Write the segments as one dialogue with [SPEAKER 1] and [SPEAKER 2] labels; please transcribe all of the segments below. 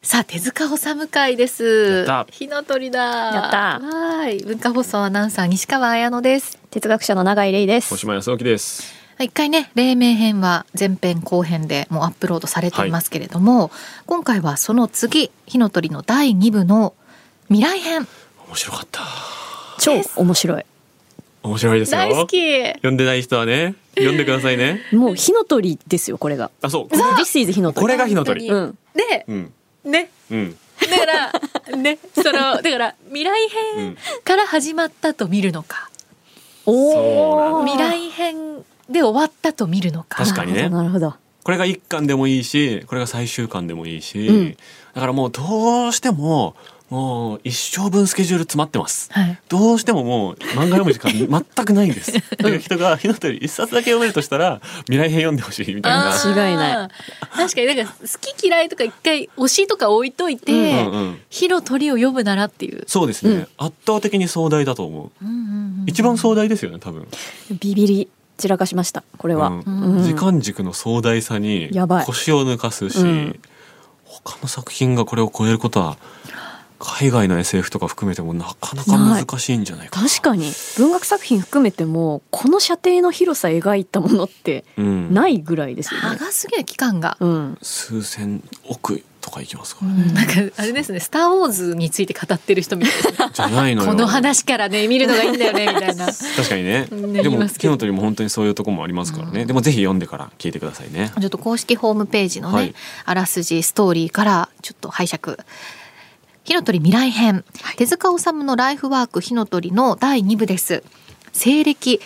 [SPEAKER 1] さあ手塚治虫会で
[SPEAKER 2] や
[SPEAKER 1] す
[SPEAKER 2] った
[SPEAKER 1] 火の鳥だ
[SPEAKER 3] やった
[SPEAKER 1] はい文化放送アナウンサー西川彩乃です
[SPEAKER 3] 哲学者の永井玲です
[SPEAKER 2] 小。島康之です。
[SPEAKER 1] 一回ね黎明編は前編後編でもうアップロードされていますけれども、今回はその次火の鳥の第2部の未来編
[SPEAKER 2] 面白かった。
[SPEAKER 3] 超面白い。
[SPEAKER 2] 面白いですよ。
[SPEAKER 1] 大好き
[SPEAKER 2] 読んでない人はね、読んでくださいね。
[SPEAKER 3] もう火の鳥ですよこれが。
[SPEAKER 2] あ、そう。
[SPEAKER 3] This is 火の鳥。
[SPEAKER 2] これが火の鳥。
[SPEAKER 1] う
[SPEAKER 3] うんん。
[SPEAKER 1] で
[SPEAKER 2] うん。
[SPEAKER 1] ね
[SPEAKER 2] うん。
[SPEAKER 1] だ からねそのだから未来
[SPEAKER 2] う
[SPEAKER 1] 編
[SPEAKER 2] ん
[SPEAKER 1] から始まったと見るのか、
[SPEAKER 2] そう
[SPEAKER 3] おお。
[SPEAKER 1] 未来編で終わったと見るのか
[SPEAKER 2] 確かにね
[SPEAKER 3] なるほど。
[SPEAKER 2] これが一巻でもいいし、これが最終巻でもいいし、
[SPEAKER 3] うん
[SPEAKER 2] だからもうどうしても、もう一生分スケジュール詰まってます。
[SPEAKER 1] はい。
[SPEAKER 2] どうしてももう漫画読む時間 全くないんです。という人が火の鳥一冊だけ読めるとしたら未来編読んでほしいみたいな。
[SPEAKER 3] ー間違いない
[SPEAKER 1] 確かになんか好き嫌いとか一回推しとか置いといて、
[SPEAKER 2] うんうん、
[SPEAKER 1] 火の鳥を読むならっていう。
[SPEAKER 2] そうですね、
[SPEAKER 3] うん
[SPEAKER 2] 圧倒的に壮大だと思う。
[SPEAKER 1] うんうんうん
[SPEAKER 2] 一番壮大ですよね多分。
[SPEAKER 3] ビビり散らかしましたこれは。
[SPEAKER 2] うん
[SPEAKER 1] うん
[SPEAKER 2] 時間軸の壮大さに
[SPEAKER 3] やばい
[SPEAKER 2] 腰を抜かすし、
[SPEAKER 3] うん
[SPEAKER 2] 他の作品がこれを超えることは海外の SF とか含めてもなかなか難しいんじゃないかな
[SPEAKER 3] 確かに文学作品含めてもこの射程の広さ描いたものって
[SPEAKER 2] うん、
[SPEAKER 3] ないぐらいですよね。
[SPEAKER 1] 長すぎる期間が。
[SPEAKER 3] うん。
[SPEAKER 2] 数千億とかいきますか
[SPEAKER 1] う
[SPEAKER 2] ら、
[SPEAKER 1] んなんかあれですね「スター・ウォーズ」について語ってる人みたいですね
[SPEAKER 2] じゃない のよ
[SPEAKER 1] この話からね見るのがいいんだよねみたい なち
[SPEAKER 2] 確かにね
[SPEAKER 1] ね
[SPEAKER 2] で
[SPEAKER 1] 言い
[SPEAKER 2] も
[SPEAKER 1] ますけ
[SPEAKER 2] 木
[SPEAKER 1] ど
[SPEAKER 2] の鳥も本当にそういうとこもありますからね、
[SPEAKER 1] うん
[SPEAKER 2] でもぜひ読んでから聞いてくださいね
[SPEAKER 1] ょっと公式ホームページのね、
[SPEAKER 2] はい
[SPEAKER 1] あらすじストーリーからちょっと拝借火の鳥未来編、手塚治虫のライフワーク火の鳥の第2部です西暦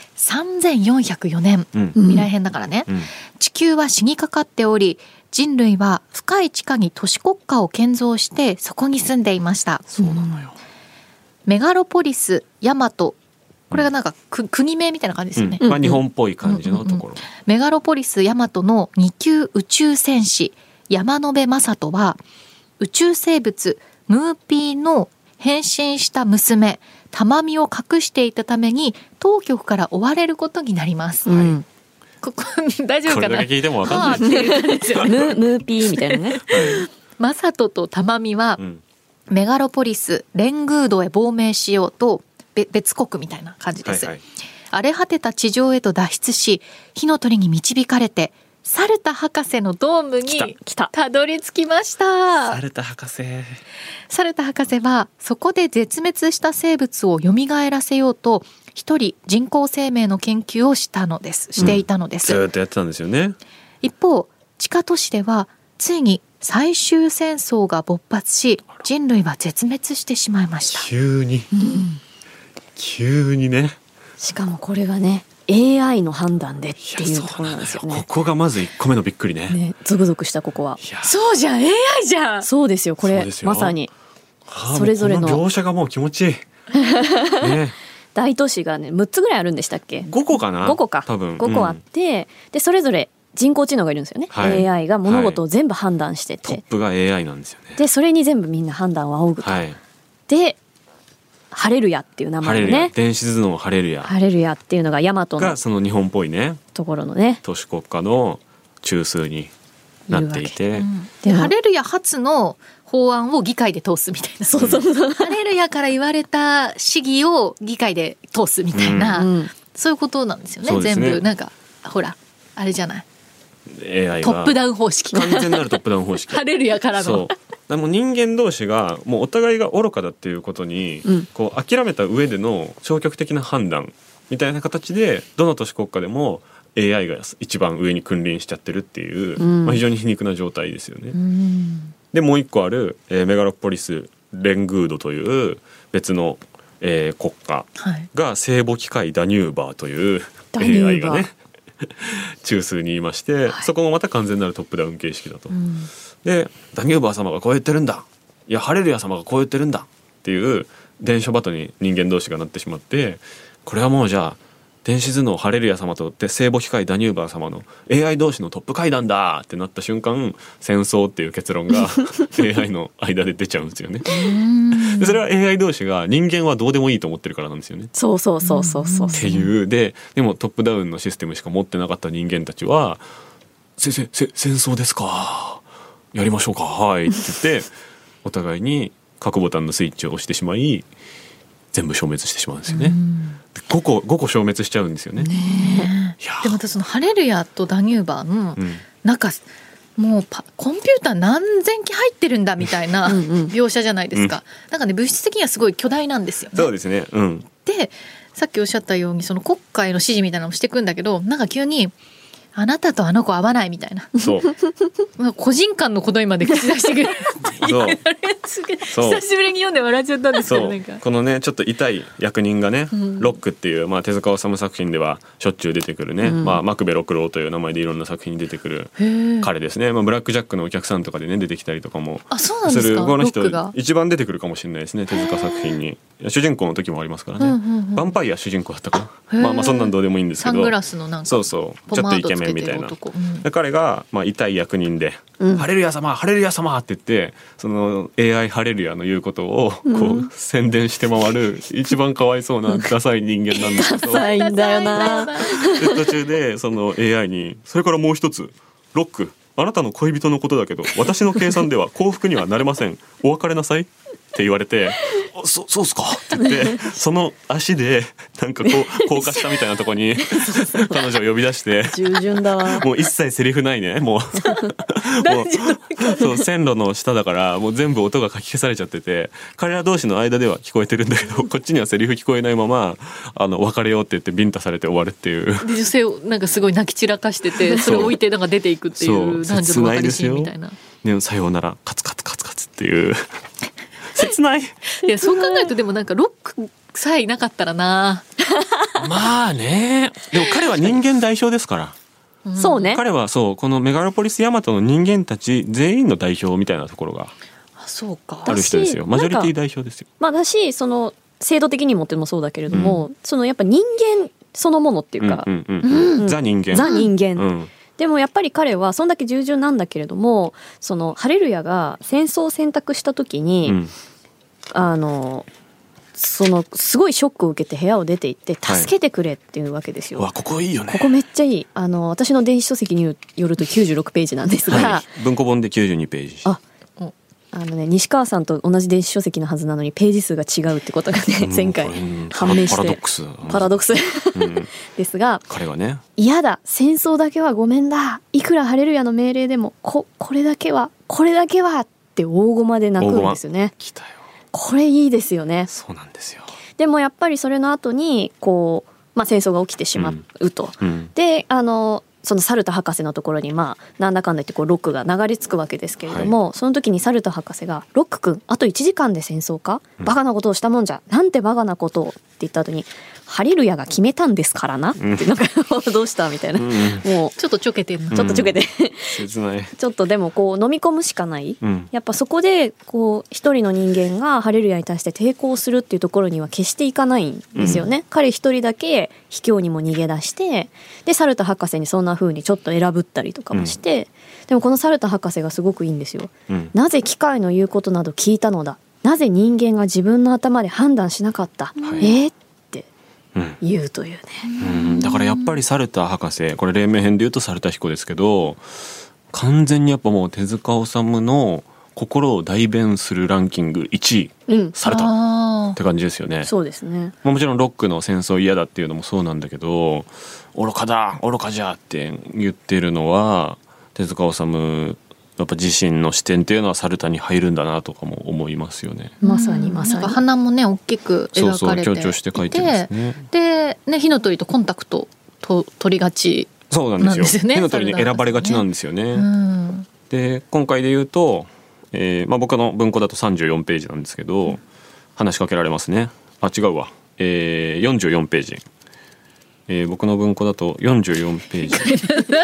[SPEAKER 1] 3404年
[SPEAKER 2] うん、
[SPEAKER 3] うん
[SPEAKER 1] 未来編だからね、
[SPEAKER 2] うん
[SPEAKER 1] 地球は死にかかっており人類は深い地下に都市国家を建造してそこに住んでいました
[SPEAKER 2] そうなのよ、
[SPEAKER 1] メガロポリスヤマトこれがなんかく国名みたいな感じですよね、
[SPEAKER 2] うんまあ、日本っぽい感じのところ、
[SPEAKER 1] メガロポリスヤマトの2級宇宙戦士山野辺正人は宇宙生物ムーピーの変身した娘タマミを隠していたために当局から追われることになります、
[SPEAKER 3] うん。
[SPEAKER 1] ここ大丈夫
[SPEAKER 2] こ
[SPEAKER 1] か
[SPEAKER 2] れ
[SPEAKER 1] な
[SPEAKER 2] だけ聞いてもわかん
[SPEAKER 1] は
[SPEAKER 2] な
[SPEAKER 1] あ
[SPEAKER 2] い
[SPEAKER 1] って いう感じですよね
[SPEAKER 3] ムームーピーみたいなね。
[SPEAKER 1] マサトとタマミは
[SPEAKER 2] うん
[SPEAKER 1] メガロポリスレングードへ亡命しようとべ別国みたいな感じで
[SPEAKER 2] はい
[SPEAKER 1] す、
[SPEAKER 2] はい
[SPEAKER 1] 荒れ果てた地上へと脱出し火の鳥に導かれてサルタ博士のドーム
[SPEAKER 2] 来た
[SPEAKER 1] に
[SPEAKER 3] 来た。
[SPEAKER 1] たどり着きました
[SPEAKER 2] 猿田博士
[SPEAKER 1] サルタ博士はそこで絶滅した生物を蘇らせようと一人人工生命の研究をしたのですしていたのです、
[SPEAKER 2] ずーっとやってたんですよね
[SPEAKER 1] 一方地下都市ではついに最終戦争が勃発し人類は絶滅してしまいました
[SPEAKER 2] 急に急にね
[SPEAKER 3] しかもこれがね AI の判断でっていうところなんですよ
[SPEAKER 2] こ
[SPEAKER 3] ね。
[SPEAKER 2] こがまず1個目のびっくりね。
[SPEAKER 3] ねゾクゾクしたここはい
[SPEAKER 2] や
[SPEAKER 1] そうじゃん AI じゃん
[SPEAKER 3] そうですよこ
[SPEAKER 2] そう
[SPEAKER 3] れ
[SPEAKER 2] ですよ
[SPEAKER 3] まさに
[SPEAKER 2] ああ
[SPEAKER 3] それぞれ
[SPEAKER 2] も
[SPEAKER 3] の
[SPEAKER 2] うこ描写がもう気持 ちいいね
[SPEAKER 3] 大都市がね6つぐらいあるんでしたっけ
[SPEAKER 2] 5個かな
[SPEAKER 3] 5個か
[SPEAKER 2] 多分
[SPEAKER 3] 5個あ
[SPEAKER 2] う
[SPEAKER 3] っ
[SPEAKER 2] ん
[SPEAKER 3] て、でそれぞれ人工知能がいるんですよね、
[SPEAKER 2] はい
[SPEAKER 3] AI が物事を全部判断してて、
[SPEAKER 2] トップが AI なんですよね
[SPEAKER 3] でそれに全部みんな判断を仰ぐと、
[SPEAKER 2] はい
[SPEAKER 3] で「ハレルヤ」っていう名
[SPEAKER 2] ハ
[SPEAKER 3] 前
[SPEAKER 2] レ
[SPEAKER 3] の
[SPEAKER 2] ルヤ
[SPEAKER 3] ね
[SPEAKER 2] 電子頭脳ハレル
[SPEAKER 3] 「
[SPEAKER 2] ヤ
[SPEAKER 3] ハレルヤ」っていうのがヤマトの
[SPEAKER 2] がその日本っぽいね
[SPEAKER 3] ところのね
[SPEAKER 2] 都市国家の中枢になっていて
[SPEAKER 3] でも
[SPEAKER 1] ハレルヤ初の法案を議会で通すみたいな。そうそうそう。ハレルヤから言われた市議を議会で通すみたいな、
[SPEAKER 3] うん
[SPEAKER 1] そういうことなんですよね。
[SPEAKER 2] そうです
[SPEAKER 1] 全
[SPEAKER 2] ね
[SPEAKER 1] 部なんかほらあれじゃない。
[SPEAKER 2] AI が
[SPEAKER 1] トップダウン方式。
[SPEAKER 2] 完全なるトップダウン方 式
[SPEAKER 1] ハレルヤから
[SPEAKER 2] そう
[SPEAKER 1] の。
[SPEAKER 2] だからもう人間同士がもうお互いが愚かだっていうことに、
[SPEAKER 3] うん
[SPEAKER 2] こう諦めた上での消極的な判断みたいな形でどの都市国家でも AI が一番上に君臨しちゃってるっていう、
[SPEAKER 3] うん
[SPEAKER 2] まあ、非常に皮肉な状態ですよね。
[SPEAKER 1] うん
[SPEAKER 2] でもう一個ある、えーメガロポリスレングードという別の、えー国家
[SPEAKER 1] はい。
[SPEAKER 2] が聖母機械ダニューバーという
[SPEAKER 3] ダニュ
[SPEAKER 2] AI
[SPEAKER 3] ーバー
[SPEAKER 2] がね 中枢にいまして、
[SPEAKER 3] はい
[SPEAKER 2] そこもまた完全なるトップダウン形式だと。
[SPEAKER 1] うん
[SPEAKER 2] でダニューバー様がこう言ってるんだいやハレルヤ様がこう言ってるんだっていう伝書バトに人間同士がなってしまってこれはもうじゃあ電子頭脳ハレルヤ様とで聖母機械ダニューバー様の AI 同士のトップ会談だってなった瞬間戦争っていう結論が AI の間で出ちゃうんですよね。でそれは AI 同士が人間はどうでもいいと思ってるからなんですよね。
[SPEAKER 3] そうそうそうそうそう
[SPEAKER 2] っていうででもトップダウンのシステムしか持ってなかった人間たちは「先生せ戦争ですかやりましょうかはい」って言って お互いに各ボタンのスイッチを押してしまい全部消滅してしまうんですよね、
[SPEAKER 1] うん
[SPEAKER 2] 5個5個消滅しちゃうんですよね
[SPEAKER 1] ね
[SPEAKER 2] いや
[SPEAKER 1] えでも私そのハレルヤとダニューバーの
[SPEAKER 2] うん
[SPEAKER 1] なんかもうパコンピューター何千機入ってるんだみたいな
[SPEAKER 3] うんうん
[SPEAKER 1] 描写じゃないですか、なんかね物質的にはすごい巨大なんですよね。
[SPEAKER 2] そうですねうん
[SPEAKER 1] でさっきおっしゃったようにその国会の指示みたいなのもしていくんだけどなんか急に「あなたとあの子合わない」みたいな
[SPEAKER 2] そう
[SPEAKER 1] なんか個人間のことにまで口出してくる
[SPEAKER 2] そうそう
[SPEAKER 3] 久しぶりに読んで笑っちゃったんですけ
[SPEAKER 2] そ
[SPEAKER 3] どな
[SPEAKER 2] うん
[SPEAKER 3] か
[SPEAKER 2] このねちょっと痛い役人がね、
[SPEAKER 3] うん
[SPEAKER 2] ロックっていう、まあ、手塚治虫作品ではしょっちゅう出てくるね、
[SPEAKER 3] うん
[SPEAKER 2] まあ、マクベ六郎という名前でいろんな作品に出てくる
[SPEAKER 1] へえ
[SPEAKER 2] 彼ですね、まあ、ブラック・ジャックのお客さんとかでね出てきたりとかも
[SPEAKER 1] あそうなん
[SPEAKER 2] す
[SPEAKER 1] です
[SPEAKER 2] る
[SPEAKER 1] か
[SPEAKER 2] こ
[SPEAKER 1] ロ
[SPEAKER 2] の
[SPEAKER 1] ッ
[SPEAKER 2] 人
[SPEAKER 1] クが。
[SPEAKER 2] 一番出てくるかもしれないですね手塚作品に主人公の時もありますからね、
[SPEAKER 1] うんうんうん
[SPEAKER 2] ヴァンパイア主人公だったか
[SPEAKER 1] へ
[SPEAKER 2] な
[SPEAKER 1] ー
[SPEAKER 2] まあまあそんなんどうでもいいんですけ
[SPEAKER 1] サ
[SPEAKER 2] ど
[SPEAKER 1] ングラスのなんか
[SPEAKER 2] そうそうちょっとイケメンみたいな
[SPEAKER 1] ポマードつけてる男うん
[SPEAKER 2] で彼が、まあ、痛い役人で「
[SPEAKER 3] うん
[SPEAKER 2] ハレルヤ様ハレルヤ様!」って言ってその AI ハレルヤの言うことをこう、
[SPEAKER 3] うん
[SPEAKER 2] 宣伝して回る一番かわいそうなダサい人間なんです けど
[SPEAKER 3] ダサいんだよな
[SPEAKER 2] で途中でその AI に「それからもう一つロックあなたの恋人のことだけど私の計算では幸福にはなれませんお別れなさい」って言われて「あそそうっすか」って言ってその足でなんかこう高架下みたいなとこに彼女を呼び出して。
[SPEAKER 3] 従順だわ
[SPEAKER 2] もう一切セリフないねもうもうそう線路の下だからもう全部音がかき消されちゃってて彼ら同士の間では聞こえてるんだけどこっちにはセリフ聞こえないままあの別れようって言ってビンタされて終わるっていう
[SPEAKER 1] で女性をなんかすごい泣き散らかしててそれを置いてなんか出ていくってい
[SPEAKER 2] そうう
[SPEAKER 1] 男女の別れシーンみたいな。
[SPEAKER 2] ね、さようならカツカツカツカツって いう切ない
[SPEAKER 1] いやそう考えるとでもなんかロックさえいなかったらな。
[SPEAKER 2] まあねでも彼は人間代表ですから
[SPEAKER 1] ん
[SPEAKER 3] そうね
[SPEAKER 2] 彼はそうこのメガロポリスヤマトの人間たち全員の代表みたいなところが
[SPEAKER 1] あそうか
[SPEAKER 2] あ。る人ですよ
[SPEAKER 3] 私
[SPEAKER 2] マジョリテ
[SPEAKER 3] なん
[SPEAKER 2] ィ
[SPEAKER 3] か
[SPEAKER 2] 代表ですよ
[SPEAKER 3] まあだしその制度的にもってもそうだけれども、そのやっぱ人間そのものっていうか、
[SPEAKER 2] うんうんうん
[SPEAKER 3] うん
[SPEAKER 2] ザ人間
[SPEAKER 3] ザ人間、
[SPEAKER 2] うん
[SPEAKER 3] でもやっぱり彼はそんだけ従順なんだけれどもそのハレルヤが戦争を選択した時に、
[SPEAKER 2] うん
[SPEAKER 3] あのそのすごいショックを受けて部屋を出て行って
[SPEAKER 2] はい
[SPEAKER 3] 助けてくれっていうわけですよ。
[SPEAKER 2] うわここいいよね
[SPEAKER 3] ここめっちゃいいあの私の電子書籍によると96ページなんですが、
[SPEAKER 2] はい、文庫本で92ページ
[SPEAKER 3] あ
[SPEAKER 1] お
[SPEAKER 3] あのね西川さんと同じ電子書籍のはずなのにページ数が違うってことがね
[SPEAKER 2] うん
[SPEAKER 3] 前回
[SPEAKER 2] これうん
[SPEAKER 3] 判明して
[SPEAKER 2] パラドックス
[SPEAKER 3] パラドックス
[SPEAKER 2] うん
[SPEAKER 3] ですが
[SPEAKER 2] 彼がね
[SPEAKER 3] 嫌だ戦争だけはごめんだいくらハレルヤの命令でもここれだけはこれだけはって大駒で泣くんですよね
[SPEAKER 2] 来たよ
[SPEAKER 3] これいいですよね
[SPEAKER 2] そうなんですよ
[SPEAKER 3] でもやっぱりそれの後にこう、まあ、戦争が起きてしまうと、
[SPEAKER 2] うん
[SPEAKER 3] であのそのサルタ博士のところにまあなんだかんだ言ってこうロックが流れ着くわけですけれども、その時にサルタ博士が「ロック君あと1時間で戦争か
[SPEAKER 2] うん
[SPEAKER 3] バカなことをしたもんじゃなんてバカなことを」って言った後に「ハレルヤが決めたんですからな」って
[SPEAKER 2] うん
[SPEAKER 3] なんか どうしたみたいな
[SPEAKER 2] う。ん
[SPEAKER 3] も
[SPEAKER 1] ちょっとちょけてるな
[SPEAKER 3] うちょっとちょけて、
[SPEAKER 2] 切ない
[SPEAKER 3] ちょっとでもこう飲み込むしかない
[SPEAKER 2] うん
[SPEAKER 3] やっぱそこでこう一人の人間がハレルヤに対して抵抗するっていうところには決していかないんですよね、彼一人だけ卑怯にも逃げ出してでサルタ博士にそんな風にちょっと選ぶったりとかもして、でもこのサルタ博士がすごくいいんですよ
[SPEAKER 2] うん
[SPEAKER 3] なぜ機械の言うことなど聞いたのだなぜ人間が自分の頭で判断しなかった、
[SPEAKER 2] はい
[SPEAKER 3] えーって
[SPEAKER 2] うん
[SPEAKER 3] 言うというね
[SPEAKER 2] うんだからやっぱりサルタ博士これ黎明編で言うとサルタ彦ですけど完全にやっぱもう手塚治虫の心を代弁するランキング1位
[SPEAKER 3] うん
[SPEAKER 2] サルタっ
[SPEAKER 1] あ
[SPEAKER 2] て感じですよね
[SPEAKER 3] そうですね
[SPEAKER 2] まあもちろんロックの戦争嫌だっていうのもそうなんだけど愚かだ愚かじゃって言ってるのは手塚治虫やっぱ自身の視点っていうのはサルタに入るんだなとかも思いますよね。
[SPEAKER 3] まさに
[SPEAKER 1] ー
[SPEAKER 3] まさ
[SPEAKER 1] なんか
[SPEAKER 3] に
[SPEAKER 1] 鼻もね大きく
[SPEAKER 2] そう
[SPEAKER 1] 描
[SPEAKER 2] そ
[SPEAKER 1] か
[SPEAKER 2] う
[SPEAKER 1] れてい
[SPEAKER 2] 強調して書いてるんですね。
[SPEAKER 1] でね火の鳥とコンタクトと取りがち。
[SPEAKER 2] そうなんです
[SPEAKER 1] なん
[SPEAKER 2] よ。
[SPEAKER 1] ですよね
[SPEAKER 2] 手の鳥に選ばれがちなんですよね。
[SPEAKER 1] うん。
[SPEAKER 2] で今回で言うと、えーまあ、僕の文庫だと34ページなんですけど、話しかけられますねあ違うわ、えー、44ページ、えー僕の文庫だと44ペー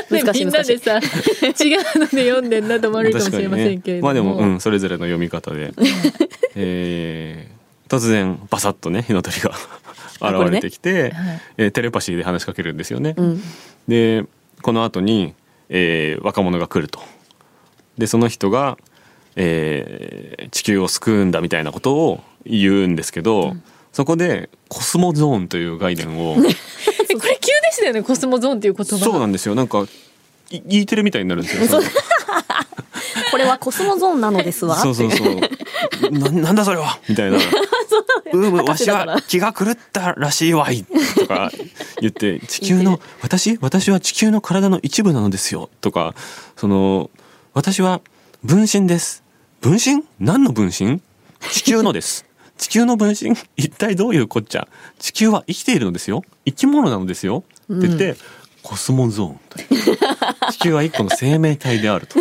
[SPEAKER 2] ジ
[SPEAKER 3] 難しい
[SPEAKER 1] みんなでさ違うので読んでんなと思われるかもしれませんけれど
[SPEAKER 2] ま
[SPEAKER 1] も。
[SPEAKER 2] あでも、うん、それぞれの読み方 で、えー突然バサッとね火の鳥が
[SPEAKER 3] あこ
[SPEAKER 2] 現
[SPEAKER 3] れね
[SPEAKER 2] れてきて、
[SPEAKER 1] はい
[SPEAKER 2] えーテレパシーで話しかけるんですよね。
[SPEAKER 3] うん
[SPEAKER 2] でこの後に、えー若者が来るとでその人が、えー地球を救うんだみたいなことを言うんですけど、そこでコスモゾーンという概念 を
[SPEAKER 1] えこれ急でしたよねコスモゾーンっていう言葉。
[SPEAKER 2] そうなんですよなんか い言いてるみたいになるんですよ。その
[SPEAKER 3] これはコスモゾーンなのです わ
[SPEAKER 2] そうそうそうななんだそれはみたいな「うむわしは気が狂ったらしいわい」とか言って「地球の私私は地球の体の一部なのですよ」とかその「私は分身です」「分身何の分身地球のです」「地球の分身一体どういうこっちゃ地球は生きているのですよ生き物なのですよ」って言って、コスモゾーンという地球は一個の生命体であると。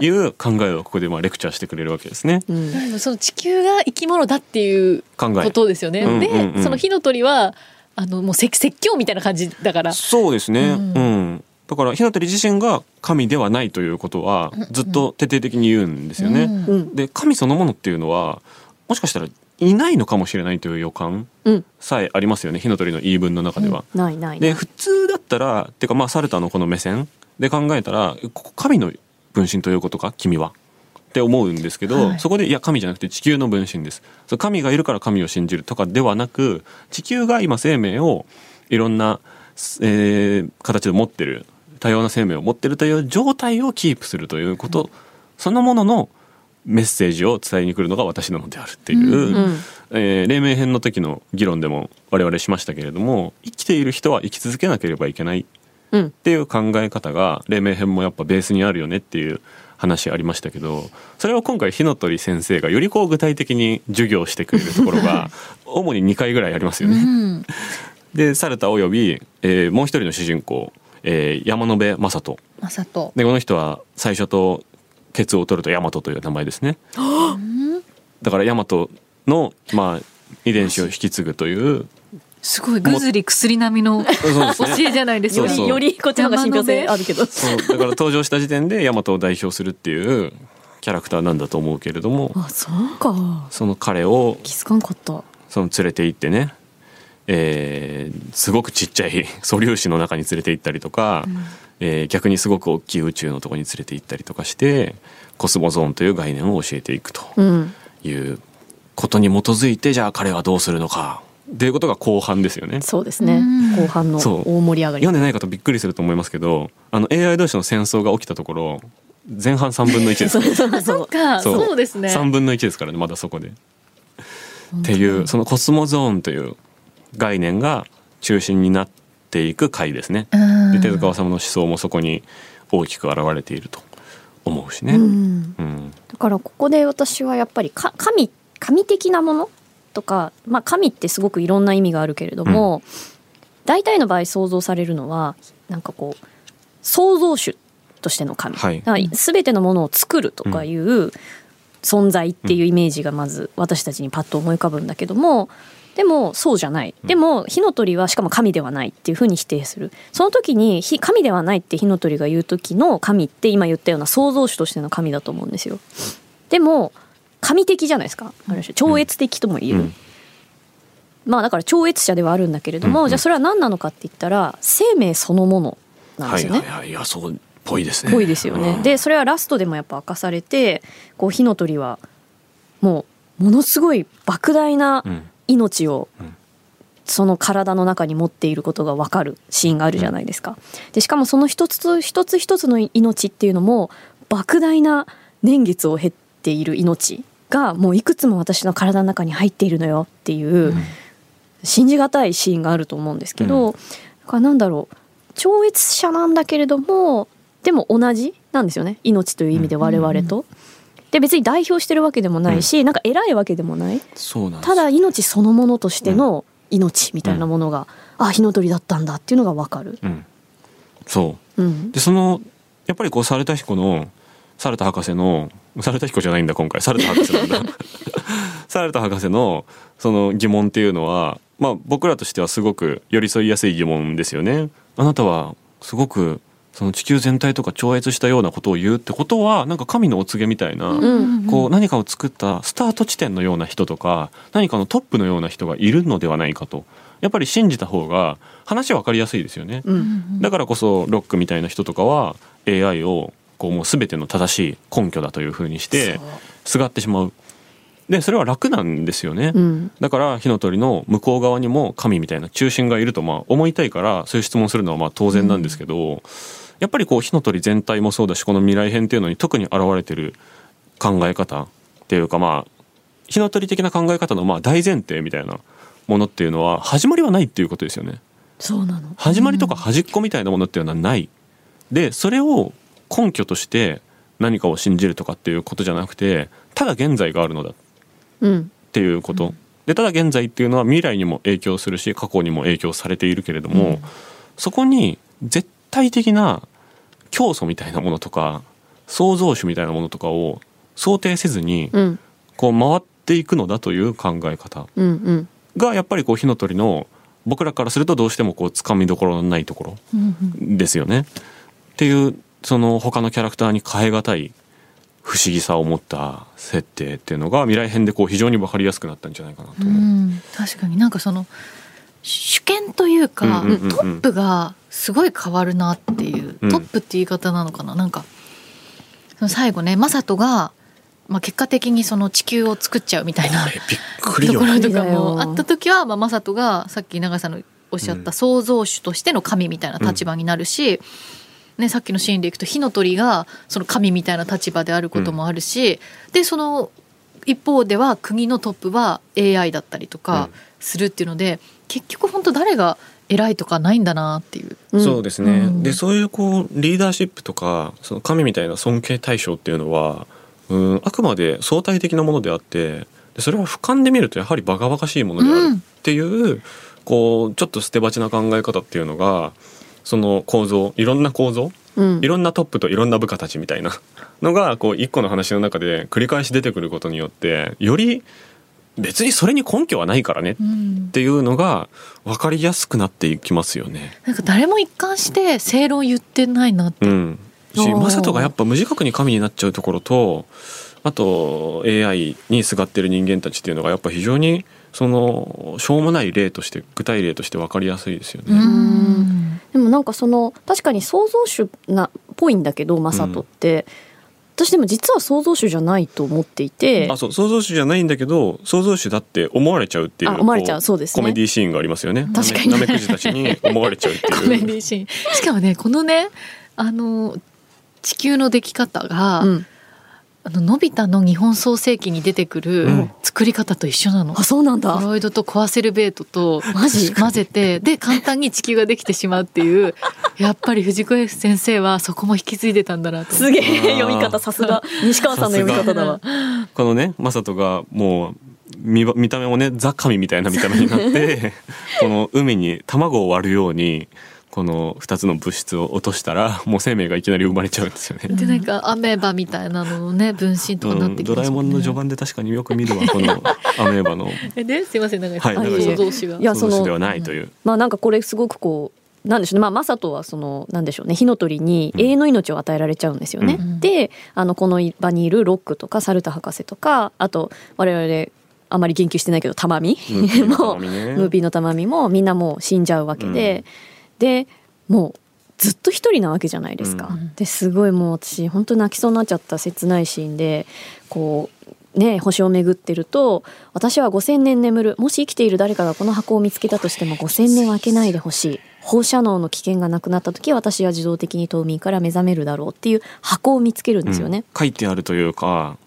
[SPEAKER 2] いう考えをここでまあレクチャーしてくれるわけですね。
[SPEAKER 3] うん
[SPEAKER 4] でもその地球が生き物だっていう
[SPEAKER 2] 考え
[SPEAKER 4] ことですよね。
[SPEAKER 2] うん
[SPEAKER 4] で、
[SPEAKER 2] うんうん
[SPEAKER 4] その火の鳥はあのもう説説教みたいな感じだから。
[SPEAKER 2] そうですね。
[SPEAKER 4] うん
[SPEAKER 2] うん。だから火の鳥自身が神ではないということはずっと徹底的に言うんですよ
[SPEAKER 4] う
[SPEAKER 2] ね。
[SPEAKER 4] ん
[SPEAKER 3] うん
[SPEAKER 2] で神そのものっていうのはもしかしたらいないのかもしれないという予感
[SPEAKER 3] うん
[SPEAKER 2] さえありますよね火の鳥の言い分の中では。
[SPEAKER 3] ないないな
[SPEAKER 2] で
[SPEAKER 3] い
[SPEAKER 2] 普通だったらてかまあサルタのこの目線で考えたらここ神の分身ということか君はって思うんですけど、
[SPEAKER 4] はい
[SPEAKER 2] そこでいや神じゃなくて地球の分身ですそう神がいるから神を信じるとかではなく地球が今生命をいろんな、えー形で持ってる多様な生命を持ってるという状態をキープするということ、そのもののメッセージを伝えに来るのが私なのであるっていう、
[SPEAKER 3] うん
[SPEAKER 2] えー黎明編の時の議論でも我々しましたけれども生きている人は生き続けなければいけないっ
[SPEAKER 3] うん
[SPEAKER 2] ていう考え方が黎明編もやっぱベースにあるよねっていう話ありましたけどそれを今回火の鳥先生がよりこう具体的に授業してくれるところが主に2回ぐらいありますよね。
[SPEAKER 4] うん
[SPEAKER 2] でサルタおよび、えーもう一人の主人公、えー山野辺正人
[SPEAKER 1] まさと
[SPEAKER 2] でこの人は最初とケツを取るとヤマトという名前ですね。だからヤマトのまあ遺伝子を引き継ぐという
[SPEAKER 1] すごいぐずり薬並みの
[SPEAKER 2] そうです
[SPEAKER 1] 教
[SPEAKER 2] ね
[SPEAKER 1] えじゃないです
[SPEAKER 2] そ
[SPEAKER 1] か
[SPEAKER 2] う
[SPEAKER 3] よ
[SPEAKER 2] そう
[SPEAKER 3] りよりこっちの方が信憑性あるけど
[SPEAKER 2] そうだから登場した時点でヤマトを代表するっていうキャラクターなんだと思うけれども
[SPEAKER 3] あそうか
[SPEAKER 2] その彼を
[SPEAKER 3] 気づかんかった
[SPEAKER 2] その連れて行ってね、えーすごくちっちゃい 素粒子の中に連れて行ったりとか、えー逆にすごく大きい宇宙のとこに連れて行ったりとかしてコスモゾーンという概念を教えていくと
[SPEAKER 3] うん
[SPEAKER 2] いうことに基づいてじゃあ彼はどうするのかっていうことが後半ですよね。
[SPEAKER 3] そうですね
[SPEAKER 1] うん
[SPEAKER 3] 後半の
[SPEAKER 2] そう
[SPEAKER 3] 大盛り上がり
[SPEAKER 2] 読んでない方びっくりすると思いますけどあの AI 同士の戦争が起きたところ前半3分の1です
[SPEAKER 3] そうそう
[SPEAKER 4] そ
[SPEAKER 3] そう
[SPEAKER 4] か、
[SPEAKER 2] そう
[SPEAKER 4] そうですね。
[SPEAKER 2] 3分の1ですからねまだそこで。っていうそのコスモゾーンという概念が中心になっていく回ですね。
[SPEAKER 1] うん
[SPEAKER 2] で手塚治虫の思想もそこに大きく現れていると思うしね。
[SPEAKER 3] う
[SPEAKER 2] うん
[SPEAKER 3] んだからここで私はやっぱりか神神的なものとか、まあ、神ってすごくいろんな意味があるけれども、大体の場合想像されるのはなんかこう創造主としての神、
[SPEAKER 2] はい
[SPEAKER 3] だから全てのものを作るとかいう、存在っていうイメージがまず私たちにパッと思い浮かぶんだけどもでもそうじゃないでも火の鳥はしかも神ではないっていうふうに否定するその時に火神ではないって火の鳥が言う時の神って今言ったような創造主としての神だと思うんですよでも神的じゃないですかある種超越的とも言える、
[SPEAKER 2] うん
[SPEAKER 3] まあだから超越者ではあるんだけれども、
[SPEAKER 2] うんうん
[SPEAKER 3] じゃあそれは何なのかって言ったら生命そのものなんで
[SPEAKER 2] は
[SPEAKER 3] す
[SPEAKER 2] い
[SPEAKER 3] よね
[SPEAKER 2] はいはいいやそうっぽいですね。
[SPEAKER 3] ぽいですよね、
[SPEAKER 2] うん
[SPEAKER 3] でそれはラストでもやっぱ明かされてこう火の鳥はもうものすごい莫大な
[SPEAKER 2] うん
[SPEAKER 3] 命を
[SPEAKER 2] ん
[SPEAKER 3] その体の中に持っていることが分かるシーンがあるじゃないですか。でしかもその一つ一つ一つの命っていうのも莫大な年月を経っている命がもういくつも私の体の中に入っているのよっていう信じがたいシーンがあると思うんですけど、だからなんだろう超越者なんだけれどもでも同じなんですよね命という意味で我々と。で別に代表してるわけでもないし、なんか偉いわけでもない。
[SPEAKER 2] そうなんです
[SPEAKER 3] ただ命そのものとしての命みたいなものが、あ火の鳥だったんだっていうのがわかる、
[SPEAKER 2] うんそう
[SPEAKER 3] うん、
[SPEAKER 2] でそのやっぱりこう猿田彦の猿田博士の猿田彦じゃないんだ今回猿田博士 なんだ猿田博士のその疑問っていうのは、まあ、僕らとしてはすごく寄り添いやすい疑問ですよね。あなたはすごくその地球全体とか超越したようなことを言うってことはなんか神のお告げみたいな、
[SPEAKER 3] うん
[SPEAKER 2] こう何かを作ったスタート地点のような人とか何かのトップのような人がいるのではないかとやっぱり信じた方が話は分かりやすいですよね。
[SPEAKER 3] うん
[SPEAKER 2] だからこそロックみたいな人とかは AI をこうもう全ての正しい根拠だというふうにしてすがってしまうでそれは楽なんですよね、
[SPEAKER 3] うん
[SPEAKER 2] だから火の鳥の向こう側にも神みたいな中心がいるとまあ思いたいからそういう質問するのはまあ当然なんですけど、やっぱりこう火の鳥全体もそうだしこの未来編っていうのに特に現れてる考え方っていうかまあ火の鳥的な考え方のまあ大前提みたいなものっていうのは始まりはないっていうことですよね。
[SPEAKER 3] そうなの
[SPEAKER 2] 始まりとか端っこみたいなものっていうのはない。でそれを根拠として何かを信じるとかっていうことじゃなくてただ現在があるのだっ
[SPEAKER 3] うん
[SPEAKER 2] ていうこと、でただ現在っていうのは未来にも影響するし過去にも影響されているけれども、そこに絶対的な教祖みたいなものとか創造主みたいなものとかを想定せずに
[SPEAKER 3] うん
[SPEAKER 2] こう回っていくのだという考え方
[SPEAKER 3] うんうん
[SPEAKER 2] がやっぱりこう火の鳥の僕らからするとどうしてもこうつかみどころのないところですよね。っていうその他のキャラクターに変え難い不思議さを持った設定っていうのが未来編でこう非常に分かりやすくなったんじゃないかなと
[SPEAKER 1] う
[SPEAKER 2] 思う。
[SPEAKER 1] ん、確かになんかその主権というか、
[SPEAKER 2] うんうんうんうん
[SPEAKER 1] トップがすごい変わるなっていう、
[SPEAKER 2] うん
[SPEAKER 1] トップって言い方なのかななんかその最後ねマサトが、まあ、結果的にその地球を作っちゃうみたいな
[SPEAKER 2] えびっくり
[SPEAKER 1] と
[SPEAKER 2] よ
[SPEAKER 1] こ。ろとか
[SPEAKER 3] びっくりだよ
[SPEAKER 1] もあった時は、まあ、マサトがさっき永さんのおっしゃっ
[SPEAKER 2] うん
[SPEAKER 1] た創造主としての神みたいな立場になるし、ね、さっきのシーンでいくと火の鳥がその神みたいな立場であることもあるし、でその一方では国のトップは AI だったりとかするっていうので、結局本当誰が偉いとかないんだなっていう。
[SPEAKER 3] うん
[SPEAKER 2] そうですね、
[SPEAKER 1] うん
[SPEAKER 2] でそういうこうリーダーシップとかその神みたいな尊敬対象っていうのはうんあくまで相対的なものであってでそれは俯瞰で見るとやはりバカバカしいものであるっていう、こうちょっと捨て鉢な考え方っていうのがその構造いろんな構造
[SPEAKER 3] うん
[SPEAKER 2] いろんなトップといろんな部下たちみたいな のがこう一個の話の中で繰り返し出てくることによってより別にそれに根拠はないからねっ
[SPEAKER 1] うん
[SPEAKER 2] ていうのが分かりやすくなっていきますよね。
[SPEAKER 1] なんか誰も一貫して正論言ってないなって、
[SPEAKER 2] うん、
[SPEAKER 3] お
[SPEAKER 2] し
[SPEAKER 3] ー
[SPEAKER 2] マサトがやっぱ無自覚に神になっちゃうところとあと AI にすがってる人間たちっていうのがやっぱ非常にそのしょうもない例として具体例として分かりやすいですよね。
[SPEAKER 3] んでもなんかその確かに創造主なっぽいんだけどマサトって、私でも実は創造主じゃないと思っていて
[SPEAKER 2] あそう創造主じゃないんだけど創造主だって思われちゃうっていう
[SPEAKER 3] あ思われちゃう
[SPEAKER 2] こ
[SPEAKER 3] そうですね
[SPEAKER 2] コメディシーンがありますよね
[SPEAKER 3] 確かに
[SPEAKER 2] なめなめくじたちに思われちゃうって
[SPEAKER 1] コメデ
[SPEAKER 2] い
[SPEAKER 1] ィ
[SPEAKER 2] う
[SPEAKER 1] ーシーンしかもねこのねあの地球のでき方が、
[SPEAKER 3] うん、
[SPEAKER 1] あののび太の日本創世記に出てく
[SPEAKER 2] う
[SPEAKER 1] る
[SPEAKER 2] ん
[SPEAKER 1] 作り方と一緒なの。
[SPEAKER 3] あそうなん
[SPEAKER 1] ア
[SPEAKER 3] だ
[SPEAKER 1] ロイドとコアセルベートと
[SPEAKER 3] マジ
[SPEAKER 1] 混ぜてで簡単に地球ができてしまうっていうやっぱり藤子 F 先生はそこも引き継いでたんだなと思
[SPEAKER 3] す
[SPEAKER 1] って
[SPEAKER 3] げ
[SPEAKER 2] あー
[SPEAKER 3] え読み方さすが西川さんの読み方だわ
[SPEAKER 2] このねマサトがもう見ば見た目もねザ神みたいな見た目になってこの海に卵を割るようにこの2つの物質を落としたらもう生命がいきなり生まれちゃうんですよね。
[SPEAKER 1] でなんかアメーバみたいなののね分身とかなってき
[SPEAKER 2] ド
[SPEAKER 1] ま
[SPEAKER 2] ラえ
[SPEAKER 1] す
[SPEAKER 2] も
[SPEAKER 1] も
[SPEAKER 2] ん
[SPEAKER 1] ん
[SPEAKER 2] の
[SPEAKER 1] ね
[SPEAKER 2] 序盤で確かによく見るわこのアメーバの
[SPEAKER 1] えですいませんなんか、
[SPEAKER 2] はい
[SPEAKER 1] あの
[SPEAKER 3] 長井さん
[SPEAKER 1] 創造主が
[SPEAKER 3] いやそ
[SPEAKER 2] 創
[SPEAKER 3] の
[SPEAKER 2] 造主ではないという。
[SPEAKER 3] まあなんかこれすごくこうなんでしょうねまあマサトはそのなんでしょうね火の鳥に
[SPEAKER 2] うん
[SPEAKER 3] 永遠の命を与えられちゃうんですよね。
[SPEAKER 1] うん
[SPEAKER 3] であのこの場にいるロックとかサルタ博士とかあと我々あまり言及してないけどタマミ
[SPEAKER 2] ムービーの
[SPEAKER 3] も
[SPEAKER 2] 鏡ね
[SPEAKER 3] ムービーのたまみもみんなもう死んじゃうわけで、でもうずっと一人なわけじゃないですか。
[SPEAKER 1] うん
[SPEAKER 3] ですごいもう私本当泣きそうになっちゃった切ないシーンでこうね星を巡ってると「私は5,000年眠るもし生きている誰かがこの箱を見つけたとしても5,000年は開けないでほしい」「放射能の危険がなくなった時私は自動的に冬眠から目覚めるだろう」っていう箱を見つけるんですよね。
[SPEAKER 2] うん書いてあるというか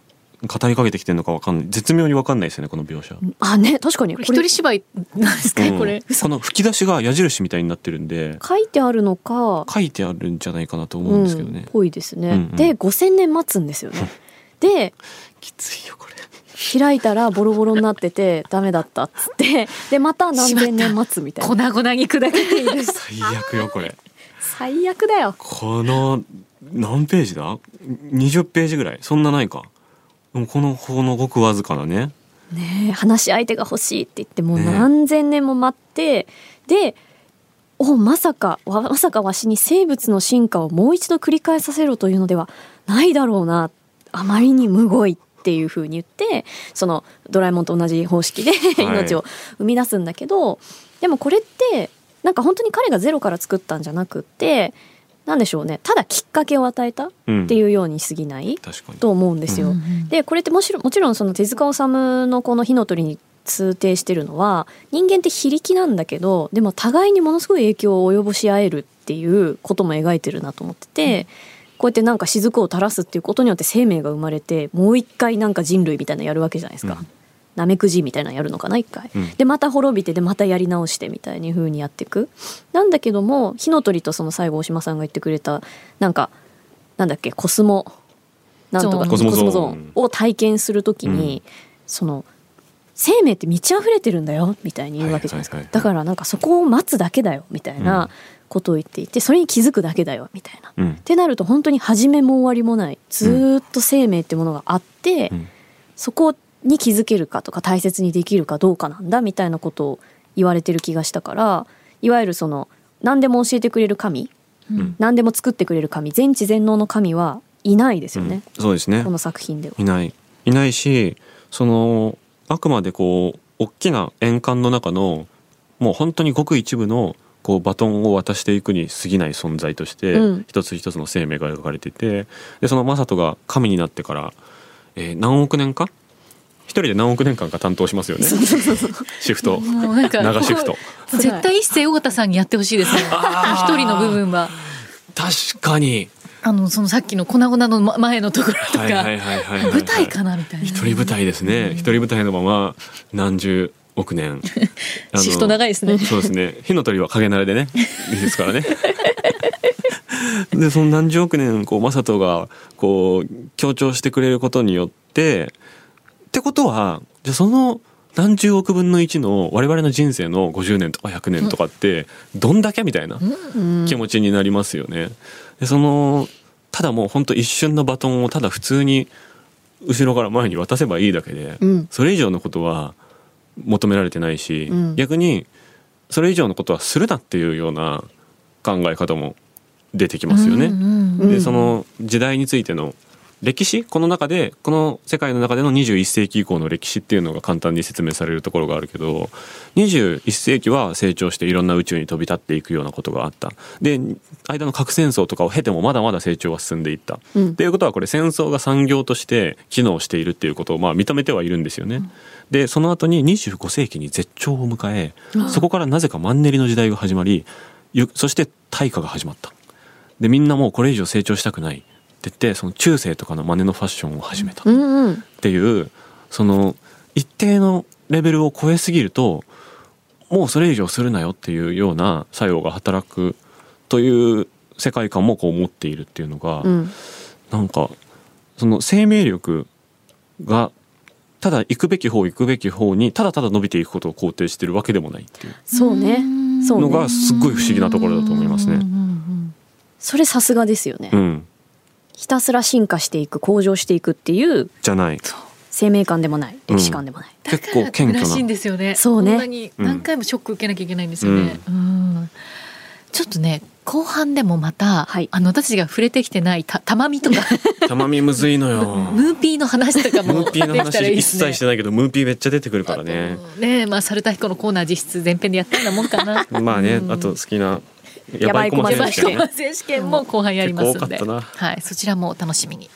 [SPEAKER 2] 語りかけてきてるのかわかんない絶妙にわかんないですよねこの描写。
[SPEAKER 3] あね確かに
[SPEAKER 1] これ一
[SPEAKER 3] こ
[SPEAKER 1] 人
[SPEAKER 3] れ
[SPEAKER 1] 芝居なんですか、
[SPEAKER 2] うん
[SPEAKER 1] これ
[SPEAKER 2] この吹き出しが矢印みたいになってるんで
[SPEAKER 3] 書いてあるのか
[SPEAKER 2] 書いてあるんじゃないかなと思うんですけどね。
[SPEAKER 3] ぽいですね。
[SPEAKER 2] うんうん
[SPEAKER 3] で5,000年待つんですよ ね。で
[SPEAKER 2] きついよこれ。
[SPEAKER 3] 開いたらボロボロになっててダメだったっつってでまた何千年待つみたい
[SPEAKER 1] 粉
[SPEAKER 3] な
[SPEAKER 1] 々に砕けている
[SPEAKER 2] 最悪よこれ。
[SPEAKER 3] 最悪だよ
[SPEAKER 2] この何ページだ？20ページぐらいそんなないか。でもこのほのごくわずかなね。
[SPEAKER 3] ねえ話し相手が欲しいって言ってもう
[SPEAKER 2] ねえ
[SPEAKER 3] 何千年も待って、でおまさかわまさかわしに生物の進化をもう一度繰り返させろというのではないだろうなあまりにむごいっていう風に言ってそのドラえもんと同じ方式で命を生み出すんだけど、でもこれってなんか本当に彼がゼロから作ったんじゃなくってなんでしょうねただきっかけを与えたっ
[SPEAKER 2] うん。
[SPEAKER 3] ていうように過ぎない
[SPEAKER 2] 確かに。
[SPEAKER 3] と思うんですよ。でこれってもちろんもちろんその手塚治虫のこの「火の鳥」に通底してるのは人間って非力なんだけどでも互いにものすごい影響を及ぼし合えるっていうことも描いてるなと思ってて。こうやってなんか雫を垂らすっていうことによって生命が生まれてもう一回なんか人類みたいなのやるわけじゃないですか、
[SPEAKER 2] うん
[SPEAKER 3] なめくじみたいなのやるのかな一回、
[SPEAKER 2] うん
[SPEAKER 3] でまた滅びてでまたやり直してみたいに風にやっていくなんだけども火の鳥とその最後大島さんが言ってくれたなんかなんだっけコスモなんとか
[SPEAKER 4] ゾーンコ
[SPEAKER 2] スモゾーン
[SPEAKER 3] を体験するときに、その生命って満ち溢れてるんだよみたいに言うわけじゃないですか、
[SPEAKER 2] はいはいはい
[SPEAKER 3] だからなんかそこを待つだけだよみたいなことを言っていてそれに気づくだけだよみたいな。
[SPEAKER 2] うん
[SPEAKER 3] ってなると本当に始めも終わりもないずーっと生命ってものがあって、
[SPEAKER 2] うん
[SPEAKER 3] そこに気づけるかとか大切にできるかどうかなんだみたいなことを言われてる気がしたからいわゆるその何でも教えてくれる神
[SPEAKER 2] うん
[SPEAKER 3] 何でも作ってくれる神全知全能の神はいないですよね、
[SPEAKER 2] うんそうですね
[SPEAKER 3] この作品では。
[SPEAKER 2] いないいないしそのあくまでこう大きな円環の中のもう本当にごく一部のこうバトンを渡していくに過ぎない存在として、
[SPEAKER 3] うん
[SPEAKER 2] 一つ一つの生命が描かれててでその正人が神になってから、えー何億年か一人で何億年間か担当します よねシフト
[SPEAKER 4] もうなんか
[SPEAKER 2] 長シフト
[SPEAKER 4] 絶対一世尾形さんにやってほしいですね
[SPEAKER 2] あー
[SPEAKER 4] 一人の部分は
[SPEAKER 2] 確かに
[SPEAKER 4] あのそのさっきの粉々のま前のところと
[SPEAKER 2] はいは
[SPEAKER 4] か
[SPEAKER 2] いはいはいはい、
[SPEAKER 4] 舞台かなみたいな
[SPEAKER 2] 一人舞台ですね一人舞台のまま何十 億年あ の
[SPEAKER 4] シフト長いですね
[SPEAKER 2] そうですね火の鳥は影慣れでねですからねでその何十億年こう正人がこう強調してくれることによってってことはじゃあその何十億分の1の我々の人生の50年とか100年とかってどんだけみたいな
[SPEAKER 3] うん
[SPEAKER 2] 気持ちになりますよね。でそのただもうほんと一瞬のバトンをただ普通に後ろから前に渡せばいいだけで、
[SPEAKER 3] うん
[SPEAKER 2] それ以上のことは求められてないし、
[SPEAKER 3] うん
[SPEAKER 2] 逆にそれ以上のことはするなっていうような考え方も出てきますよね。
[SPEAKER 4] うんうんうん
[SPEAKER 3] う
[SPEAKER 2] で
[SPEAKER 3] ん
[SPEAKER 2] その時代についての歴史この中でこの世界の中での21世紀以降の歴史っていうのが簡単に説明されるところがあるけど21世紀は成長していろんな宇宙に飛び立っていくようなことがあったで間の核戦争とかを経てもまだまだ成長は進んでいった、
[SPEAKER 3] うん
[SPEAKER 2] っていうことはこれ戦争が産業として機能しているっていうことをまあ認めてはいるんですよね、でその後に25世紀に絶頂を迎えそこからなぜかマンネリの時代が始まりゆそして大化が始まったでみんなもうこれ以上成長したくないって言ってその中世とかの真似のファッションを始めた
[SPEAKER 3] う
[SPEAKER 2] っ
[SPEAKER 3] んうん
[SPEAKER 2] ていうその一定のレベルを超えすぎるともうそれ以上するなよっていうような作用が働くという世界観もこう持っているっていうのが、
[SPEAKER 3] うん
[SPEAKER 2] なんかその生命力がただ行くべき方行くべき方にただただ伸びていくことを肯定してるわけでもないっていう
[SPEAKER 3] そうね
[SPEAKER 4] ん
[SPEAKER 3] そう
[SPEAKER 2] の
[SPEAKER 3] ね
[SPEAKER 2] がすっごい不思議なところだと思います
[SPEAKER 4] う
[SPEAKER 2] ね
[SPEAKER 4] んう。ん
[SPEAKER 3] それさすがですよね、
[SPEAKER 2] うん、
[SPEAKER 3] ひたすら進化していく向上していくっていう
[SPEAKER 2] じゃない
[SPEAKER 3] 生命感でもない
[SPEAKER 2] うん
[SPEAKER 3] 歴史観でもない、
[SPEAKER 2] 結構謙
[SPEAKER 4] だから苦
[SPEAKER 2] 虚
[SPEAKER 4] しいん
[SPEAKER 2] な
[SPEAKER 4] ですよね
[SPEAKER 3] そうね
[SPEAKER 4] こんなに何回もショック受けなきゃいけないんですよね、うんちょっとね後半でもまた、
[SPEAKER 3] はい
[SPEAKER 4] あの私たちが触れてきてないたたまみとか
[SPEAKER 2] 玉見むずいのよ。
[SPEAKER 4] ムーピーの話とか
[SPEAKER 2] ム
[SPEAKER 4] も
[SPEAKER 2] ーピーの
[SPEAKER 4] できたらい
[SPEAKER 2] 話
[SPEAKER 4] いで
[SPEAKER 2] 一
[SPEAKER 4] すね
[SPEAKER 2] 切してないけどムーピーめっちゃ出てくるからね。
[SPEAKER 4] ねえまあ猿田彦のコーナー実質前編でやったようなもんかな
[SPEAKER 2] まあね
[SPEAKER 4] うん
[SPEAKER 2] あと好きなや
[SPEAKER 3] やば
[SPEAKER 2] ば
[SPEAKER 3] い
[SPEAKER 2] い
[SPEAKER 3] 駒
[SPEAKER 2] 駒
[SPEAKER 4] やばい
[SPEAKER 2] 選手権
[SPEAKER 4] 駒
[SPEAKER 2] ね。
[SPEAKER 4] 選手権も後半やりますんで
[SPEAKER 2] 結構多かったな
[SPEAKER 4] はいそちらもお楽しみに